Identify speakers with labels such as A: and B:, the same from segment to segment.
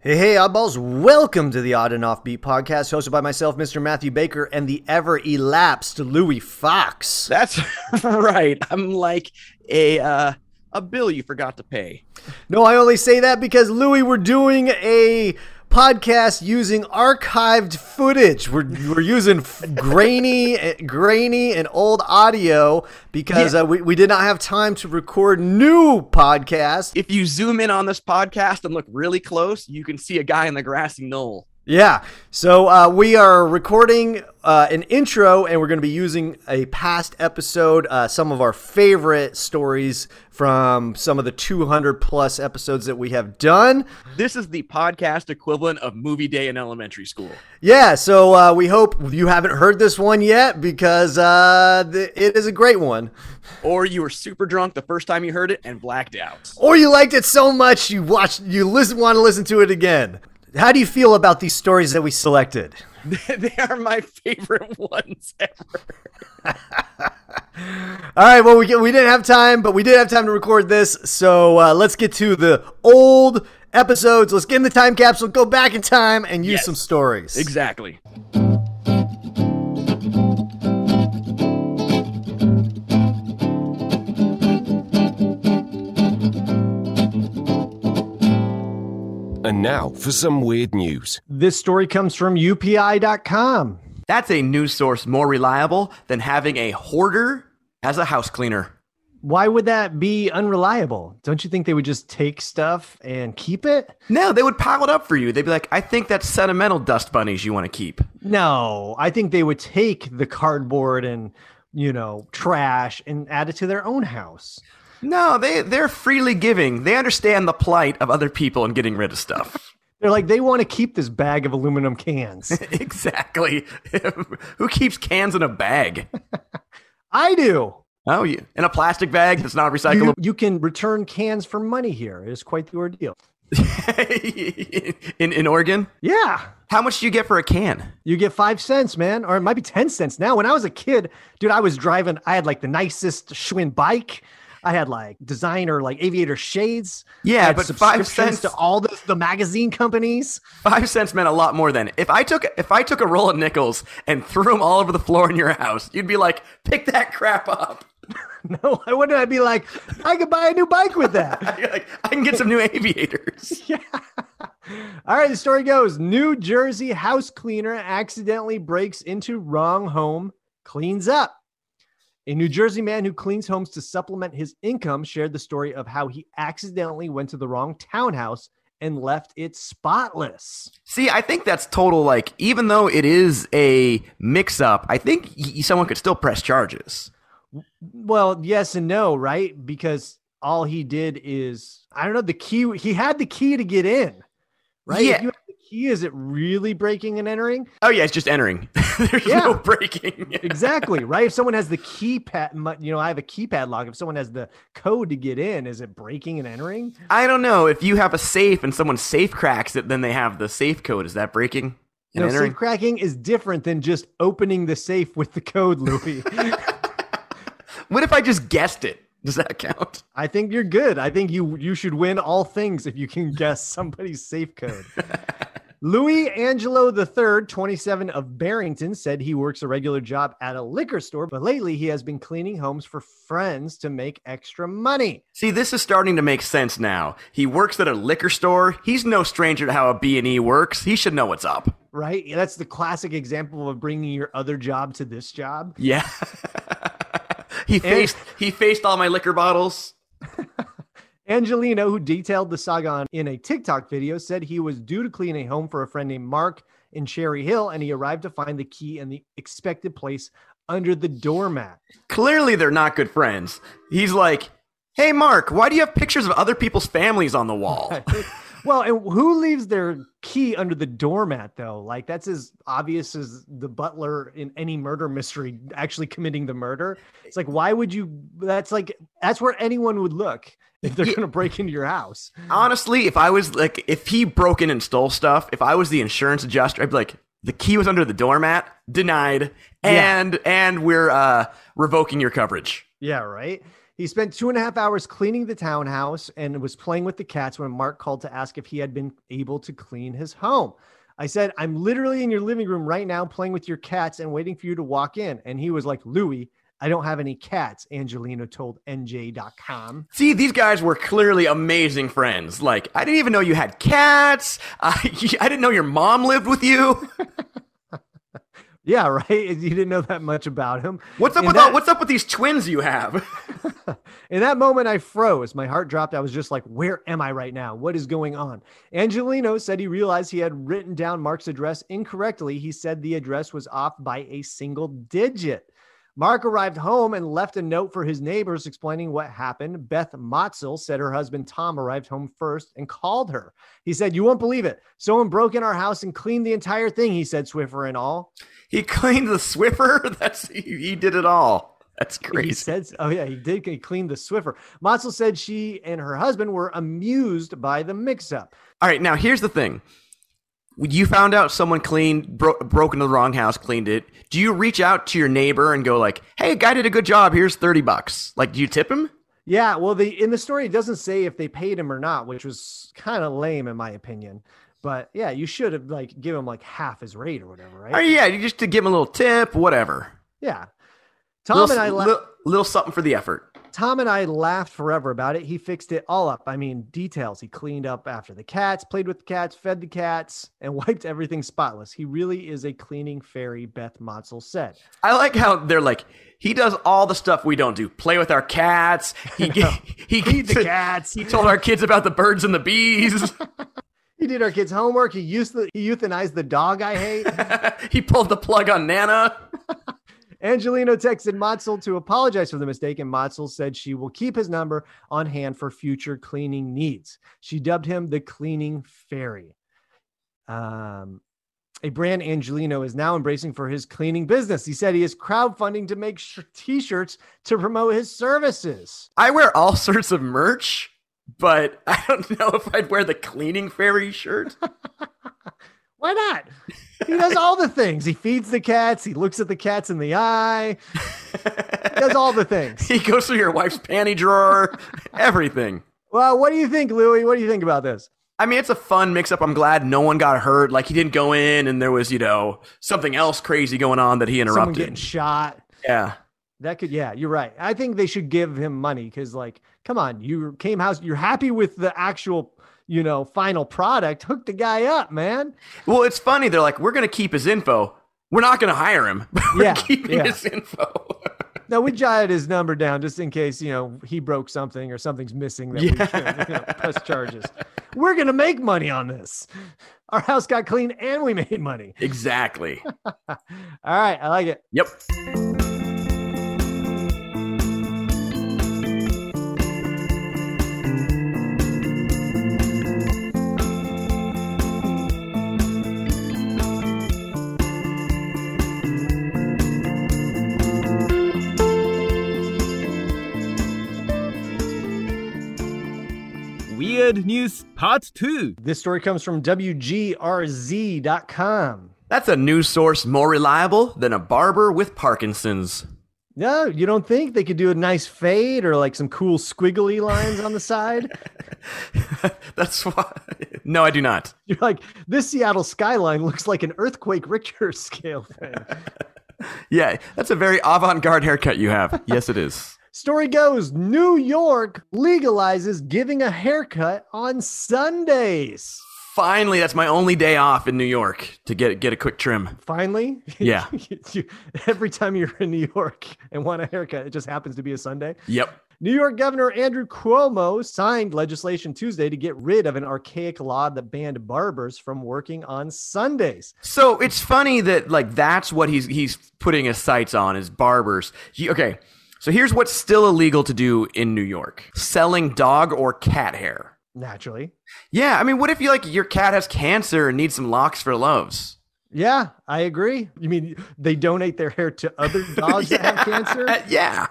A: Hey, hey, oddballs, welcome to the Odd and Offbeat podcast, hosted by myself, Mr. Matthew Baker, and the ever elapsed Louis Fox.
B: That's right. I'm like a uh, a bill you forgot to pay.
A: No, I only say that because, Louis, we're doing a podcast using archived footage. We're, we're using f- grainy, eh, grainy and old audio because uh, we, we did not have time to record new podcasts.
B: If you zoom in on this podcast and look really close, you can see a guy in the grassy knoll.
A: Yeah. So uh, we are recording uh, an intro, and we're going to be using a past episode, uh, some of our favorite stories from some of the 200 plus episodes that we have done.
B: This is the podcast equivalent of movie day in elementary school.
A: Yeah. So uh, we hope you haven't heard this one yet because uh, th- it is a great one.
B: Or you were super drunk the first time you heard it and blacked out.
A: Or you liked it so much you watched, you listen, want to listen to it again. How do you feel about these stories that we selected?
B: they are my favorite ones ever.
A: All right, well, we, we didn't have time, but we did have time to record this. So uh, let's get to the old episodes. Let's get in the time capsule, go back in time, and use
B: Yes.
A: some stories.
B: Exactly.
C: And now for some weird news.
A: This story comes from upi.com.
D: That's a news source more reliable than having a hoarder as a house cleaner.
A: Why would that be unreliable? Don't you think they would just take stuff and keep it?
D: No, they would pile it up for you. They'd be like, I think that's sentimental dust bunnies you want to keep.
A: No, I think they would take the cardboard and, you know, trash and add it to their own house.
D: No, they, they're freely giving. They understand the plight of other people in getting rid of stuff.
A: They're like, they want to keep this bag of aluminum cans.
D: exactly. Who keeps cans in a bag?
A: I do.
D: Oh, you, in a plastic bag that's not
A: You,
D: recyclable?
A: you can return cans for money here. It is quite the ordeal.
D: in, in Oregon?
A: Yeah.
D: How much do you get for a can?
A: You get five cents, man, or it might be 10 cents now. When I was a kid, dude, I was driving, I had like the nicest Schwinn bike. I had like designer, like aviator shades. I
D: Yeah,
A: had
D: but five
A: subscriptions
D: cents
A: to all the, the magazine companies.
D: Five cents meant a lot more than if I took if I took a roll of nickels and threw them all over the floor in your house, you'd be like, pick that crap up.
A: No, I wouldn't. I'd be like, I could buy a new bike with that.
D: You're like, I can get some new aviators.
A: yeah. All right. The story goes New Jersey house cleaner accidentally breaks into wrong home, cleans up. A New Jersey man who cleans homes to supplement his income shared the story of how he accidentally went to the wrong townhouse and left it spotless.
D: See, I think that's total. Like, even though it is a mix up, I think y- someone could still press charges.
A: Well, yes and no, right? Because all he did is, I don't know, the key, he had the key to get in, right? If
D: Yeah.
A: you have the key, is it really breaking and entering?
D: Oh yeah, it's just entering. There's
A: Yeah.
D: no breaking.
A: exactly right if someone has the keypad mu- you know i have a keypad lock if someone has the code to get in is it breaking and entering
D: I don't know if you have a safe and someone safe cracks it, then they have the safe code. Is that breaking? And
A: no
D: entering?
A: safe cracking is different than just opening the safe with the code louis
D: What if I just guessed it? Does that count?
A: i think you're good i think you you should win all things if you can guess somebody's safe code Louis Angelo III, 27 of Barrington, said he works a regular job at a liquor store, but lately he has been cleaning homes for friends to make extra money.
D: See, this is starting to make sense now. He works at a liquor store. He's no stranger to how a B&E works. He should know what's up.
A: right? Yeah, That's the classic example of bringing your other job to this job.
D: Yeah. he faced he faced all my liquor bottles.
A: Angelino, who detailed the saga on- in a TikTok video, said he was due to clean a home for a friend named Mark in Cherry Hill, and he arrived to find the key in the expected place under the doormat.
D: Clearly they're not good friends. He's like, "Hey Mark, why do you have pictures of other people's families on the wall?"
A: Well, and who leaves their key under the doormat though? Like that's as obvious as the butler in any murder mystery actually committing the murder. It's like why would you? That's like that's where anyone would look if they're
D: Yeah.
A: going to break into your house.
D: Honestly, if I was like if he broke in and stole stuff, if I was the insurance adjuster, I'd be like, "The key was under the doormat. Denied."
A: Yeah.
D: And and we're uh revoking your coverage.
A: Yeah, right. He spent two and a half hours cleaning the townhouse and was playing with the cats when Mark called to ask if he had been able to clean his home. I said, I'm literally in your living room right now playing with your cats and waiting for you to walk in. And he was like, Louie, I don't have any cats, Angelina told NJ.com.
D: See, these guys were clearly amazing friends. Like, I didn't even know you had cats. I, I didn't know your mom lived with you.
A: Yeah, right. You didn't know that much about him.
D: What's up
A: And
D: with
A: that-
D: all, what's up with these twins you have?
A: In that moment, I froze. My heart dropped. I was just like, where am I right now? What is going on? Angelino said he realized he had written down Mark's address incorrectly. He said the address was off by a single digit. Mark arrived home and left a note for his neighbors explaining what happened. Beth Motzel said her husband Tom arrived home first and called her. He said, You won't believe it. Someone broke in our house and cleaned the entire thing, he said, Swiffer and all.
D: He cleaned the Swiffer. That's he, he did it all. That's
A: He
D: crazy.
A: said, oh yeah, he did he cleaned the Swiffer. Motzel said she and her husband were amused by the mix-up.
D: All right, now here's the thing. You found out someone cleaned bro- broke into the wrong house, cleaned it. Do you reach out to your neighbor and go like, "Hey, guy did a good job. Here's 30 bucks." Like, do you tip him?
A: Yeah, well, the in the story it doesn't say if they paid him or not, which was kind of lame in my opinion. But yeah, you should have like give him like half his rate or whatever, right?
D: Or yeah, you just to give him a little tip, whatever.
A: yeah. Tom
D: little,
A: and I la-
D: little, little something for the effort.
A: Tom and I laughed forever about it. He fixed it all up. I mean, details. He cleaned up after the cats, played with the cats, fed the cats, and wiped everything spotless. He really is a cleaning fairy, Beth Motzel said.
D: I like how they're like he does all the stuff we don't do. Play with our cats. He he
A: Feed the cats.
D: He told our kids about the birds and the bees.
A: He did our kids' homework. He used the, he euthanized the dog I hate.
D: he pulled the plug on Nana.
A: Angelino texted Motzel to apologize for the mistake, and Motzel said she will keep his number on hand for future cleaning needs. She dubbed him the cleaning fairy. Um, a brand Angelino is now embracing for his cleaning business. He said he is crowdfunding to make sh- t-shirts to promote his services.
D: I wear all sorts of merch, but I don't know if I'd wear the cleaning fairy shirt.
A: Why not? He does all the things. He feeds the cats. He looks at the cats in the eye. He does all the things.
D: he goes through your wife's panty drawer, everything.
A: Well, what do you think, Louie? What do you think about this?
D: I mean, it's a fun mix up. I'm glad no one got hurt. Like, he didn't go in and there was, you know, something else crazy going on that he
A: Someone
D: interrupted.
A: getting shot.
D: yeah.
A: That could, yeah, you're right. I think they should give him money because, like, come on, you came house, you're happy with the actual, you know, final product. Hook the guy up, man.
D: Well, it's funny. They're like, we're going to keep his info. We're not going to hire him, but we're
A: Yeah,
D: keeping
A: yeah.
D: his info.
A: No, we jotted his number down just in case, you know, he broke something or something's missing that we can you know, press charges. We're going to make money on this. Our house got clean and we made money.
D: exactly.
A: All right. I like it.
D: Yep.
E: Weird News Part 2.
A: This story comes from WGRZ.com.
D: That's a news source more reliable than a barber with Parkinson's.
A: No, you don't think they could do a nice fade or like some cool squiggly lines on the side?
D: That's why. No, I do not.
A: You're like, this Seattle skyline looks like an earthquake Richter scale thing.
D: Yeah, that's a very avant garde haircut you have. Yes, it is.
A: Story goes New York legalizes giving a haircut on Sundays.
D: Finally, that's my only day off in New York to get get a quick trim.
A: Finally,
D: Yeah.
A: You- every time you're in New York and want a haircut, it just happens to be a Sunday.
D: Yep.
A: New York Governor Andrew Cuomo signed legislation Tuesday to get rid of an archaic law that banned barbers from working on Sundays.
D: So it's funny that like that's what he's he's putting his sights on is barbers. He, okay, so here's what's still illegal to do in New York: selling dog or cat hair.
A: Naturally.
D: Yeah, I mean, what if you like your cat has cancer and needs some locks for loves?
A: Yeah, I agree. You mean they donate their hair to other dogs that have cancer?
D: yeah.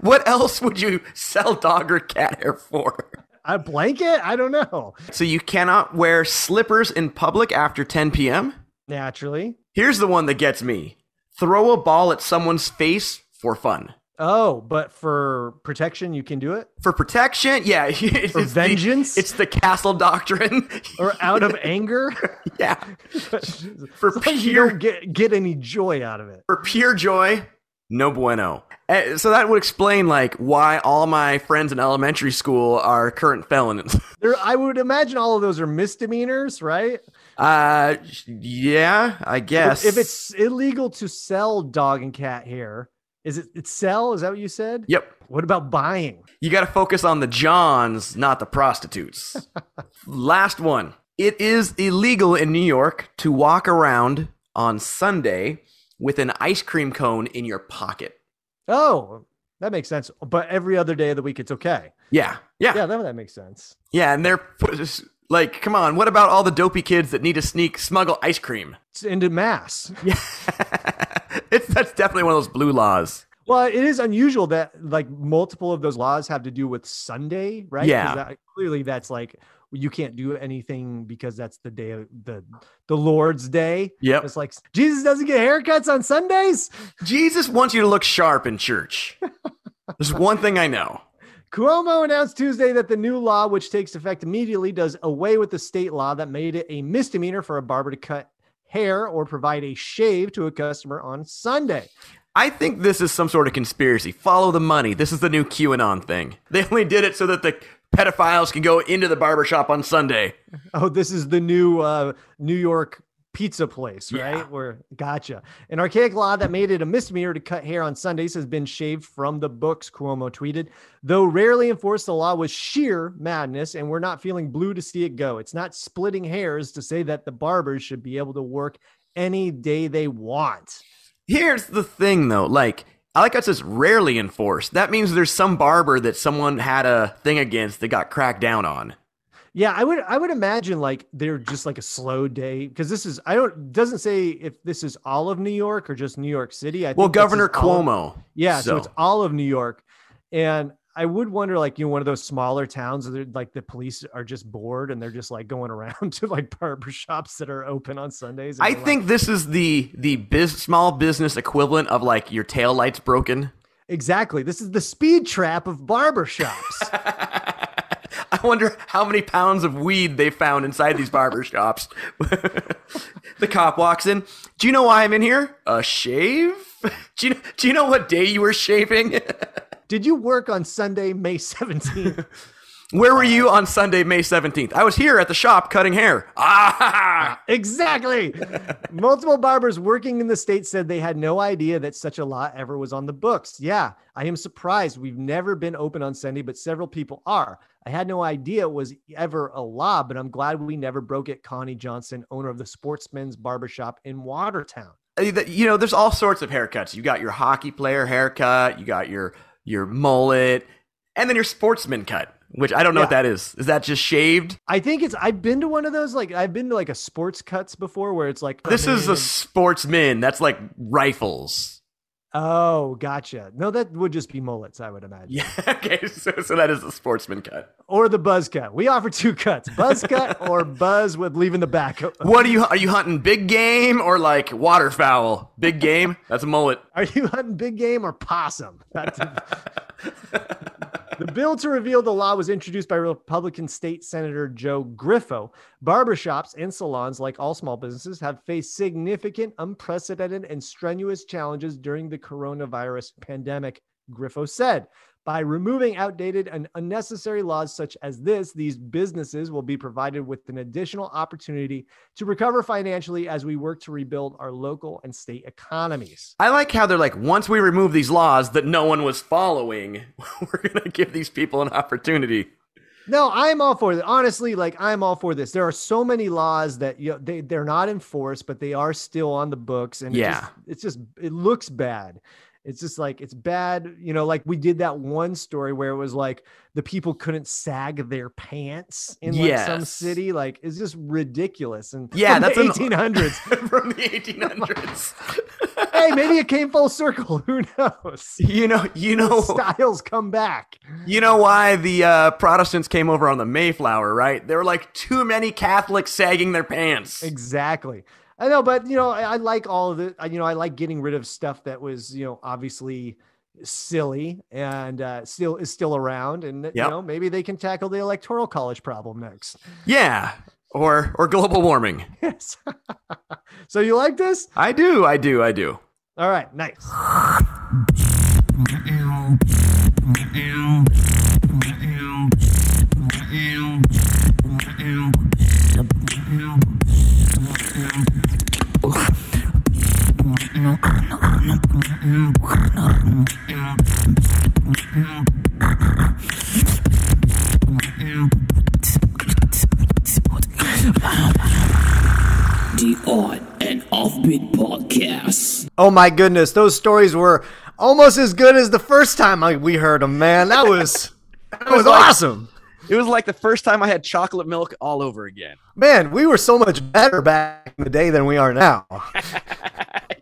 D: What else would you sell dog or cat hair for?
A: A blanket? I don't know.
D: So you cannot wear slippers in public after 10 p.m.
A: Naturally.
D: Here's the one that gets me: throw a ball at someone's face for fun.
A: Oh, but for protection, you can do it?
D: For protection, yeah, it's
A: For
D: the-
A: vengeance?
D: it's the castle doctrine.
A: or out of anger?
D: yeah,
A: for you
D: pure-
A: don't get, get any joy out of it.
D: for pure joy, no bueno. Eh, So that would explain like why all my friends in elementary school are current felons.
A: There, I would imagine all of those are misdemeanors, right?
D: Uh, yeah, I guess
A: If it's illegal to sell dog and cat hair, is it it's sell? Is that what you said?
D: yep.
A: What about buying?
D: You got to focus on the Johns, not the prostitutes. Last one. It is illegal in New York to walk around on Sunday with an ice cream cone in your pocket.
A: Oh, that makes sense. But every other day of the week, it's okay.
D: Yeah. Yeah. Yeah.
A: Yeah, that, that makes sense.
D: and they're like, come on, what about all the dopey kids that need to sneak smuggle ice cream?
A: It's into mass.
D: Yeah. it's that's definitely one of those blue laws.
A: Well, it is unusual that like multiple of those laws have to do with Sunday, right? 'Cause
D: Yeah.
A: that- clearly, that's like you can't do anything because that's the day of the the Lord's day.
D: Yep.
A: It's like Jesus doesn't get haircuts on Sundays.
D: Jesus wants you to look sharp in church. There's one thing I know.
A: Cuomo announced Tuesday that the new law, which takes effect immediately, does away with the state law that made it a misdemeanor for a barber to cut hair or provide a shave to a customer on Sunday.
D: I think this is some sort of conspiracy. Follow the money. This is the new QAnon thing. They only did it so that the pedophiles can go into the barbershop on Sunday.
A: Oh, this is the new uh, New York pizza place, right?
D: Yeah.
A: Where gotcha. An archaic law that made it a misdemeanor to cut hair on Sundays has been shaved from the books, Cuomo tweeted. Though rarely enforced, the law was sheer madness, and we're not feeling blue to see it go. It's not splitting hairs to say that the barbers should be able to work any day they want.
D: Here's the thing though, like I like how it says rarely enforced. That means there's some barber that someone had a thing against that got cracked down on.
A: Yeah, I would I would imagine like they're just like a slow day because this is I don't doesn't say if this is all of New York or just New York City. I
D: Well,
A: think this is
D: Governor
A: all of-
D: Cuomo.
A: Yeah, so.
D: So,
A: it's all of New York, and I would wonder, like you know, one of those smaller towns where like the police are just bored and they're just like going around to like barber shops that are open on Sundays. and
D: I
A: they're like-
D: think this is the the biz, small business equivalent of like your tail lights broken.
A: exactly this is the speed trap of barber shops.
D: I wonder how many pounds of weed they found inside these barber shops. the cop walks in. Do you know why I'm in here? A shave? Do you, do you know what day you were shaving?
A: Did you work on Sunday, May seventeenth?
D: Where were you on Sunday, May 17th? I was here at the shop cutting hair. Ah!
A: Exactly. Multiple barbers working in the state said they had no idea that such a law ever was on the books. Yeah, I am surprised. We've never been open on Sunday, but several people are. I had no idea it was ever a law, but I'm glad we never broke it. Connie Johnson, owner of the Sportsman's Barbershop in Watertown.
D: Uh, th- You know, there's all sorts of haircuts. You got your hockey player haircut, you got your your mullet, and then your sportsman cut, which I don't know what
A: Yeah.
D: that is. Is that just shaved?
A: I think it's, I've been to one of those, like, I've been to like a sports cuts before where it's like,
D: This
A: come
D: is
A: in
D: a
A: and-
D: sportsman. That's like rifles.
A: oh, gotcha. No, that would just be mullets, I would imagine.
D: Yeah. Okay. So, so that is the sportsman cut.
A: Or the buzz cut. We offer two cuts buzz cut or buzz with leaving the back.
D: What are you? Are you hunting big game or like waterfowl? Big game. That's a mullet.
A: Are you hunting big game or possum? That's- the bill to reveal the law was introduced by Republican State Senator Joe Griffo. Barbershops and salons, like all small businesses, have faced significant, unprecedented, and strenuous challenges during the coronavirus pandemic, Griffo said. By removing outdated and unnecessary laws such as this, these businesses will be provided with an additional opportunity to recover financially as we work to rebuild our local and state economies.
D: I like how they're like. Once we remove these laws that no one was following, we're gonna give these people an opportunity.
A: No, I'm all for it. Honestly, like I'm all for this. There are so many laws that you know, they they're not enforced, but they are still on the books, and it
D: Yeah.
A: just- it's just it looks bad. It's just like it's bad, you know. Like we did that one story where it was like the people couldn't sag their pants in like some
D: Yes.
A: city. Like it's just ridiculous. And
D: Yeah,
A: from
D: that's
A: the
D: an-
A: 1800s.
D: From the 1800s.
A: hey, maybe it came full circle. Who knows?
D: you know. You know.
A: Styles come back.
D: You know why the uh, Protestants came over on the Mayflower, right? There were like too many Catholics sagging their pants.
A: Exactly. I know, but you know, I, I like all of it. I- You know, I like getting rid of stuff that was, you know, obviously silly and uh, still is still around. And you
D: Yep.
A: know, maybe they can tackle the electoral college problem next.
D: Yeah. Or or global warming.
A: Yes. so you like this?
D: I do. I do. I do.
A: All right, nice.
F: The on and offbeat podcast.
A: Oh my goodness, those stories were almost as good as the first time I, we heard them. Man, that was that was
B: like-
A: awesome.
B: It was like the first time I had chocolate milk all over again.
A: Man, we were so much better back in the day than we are now.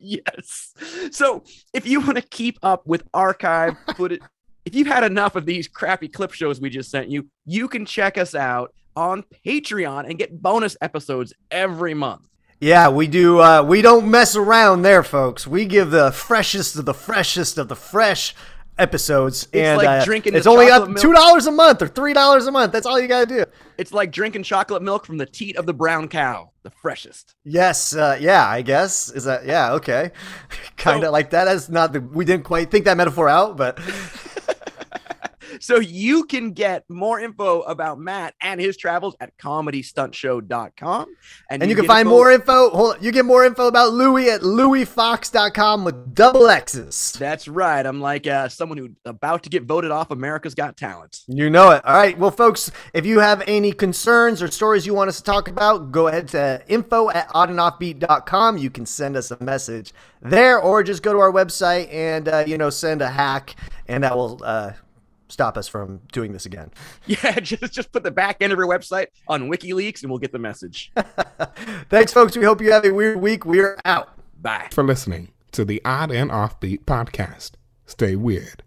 B: yes. So if you want to keep up with archive footage, if you had enough of these crappy clip shows we just sent you, you can check us out on Patreon and get bonus episodes every month.
A: Yeah, we do. Uh, we don't mess around there, folks. We give the freshest of the freshest of the fresh episodes,
B: It's
A: and
B: like
A: uh,
B: drinking
A: it's
B: the
A: only
B: chocolate
A: up
B: milk.
A: two dollars a month or three dollars a month. That's all you gotta do.
B: It's like drinking chocolate milk from the teat of the brown cow, the freshest.
A: Yes, uh, yeah, I guess is that. Yeah, okay, kind of like that. That's not the. We didn't quite think that metaphor out, but
B: So you can get more info about Matt and his travels at comedystuntshow.com.
A: and you can
B: get
A: find
B: info-
A: more info. Hold on, you get more info about Louis at louisfox.com with double X's.
B: That's right. I'm like uh, someone who about to get voted off America's Got Talent.
A: You know it. All right. Well, folks, if you have any concerns or stories you want us to talk about, go ahead to info at oddandoffbeat.com. You can send us a message there or just go to our website and, uh, you know, send a hack and that will uh, stop us from doing this again.
B: Yeah, just just put the back end of your website on WikiLeaks and we'll get the message.
A: Thanks, folks. We hope you have a weird week. We're out.
B: Bye.
G: for listening to the Odd and Offbeat podcast. Stay weird.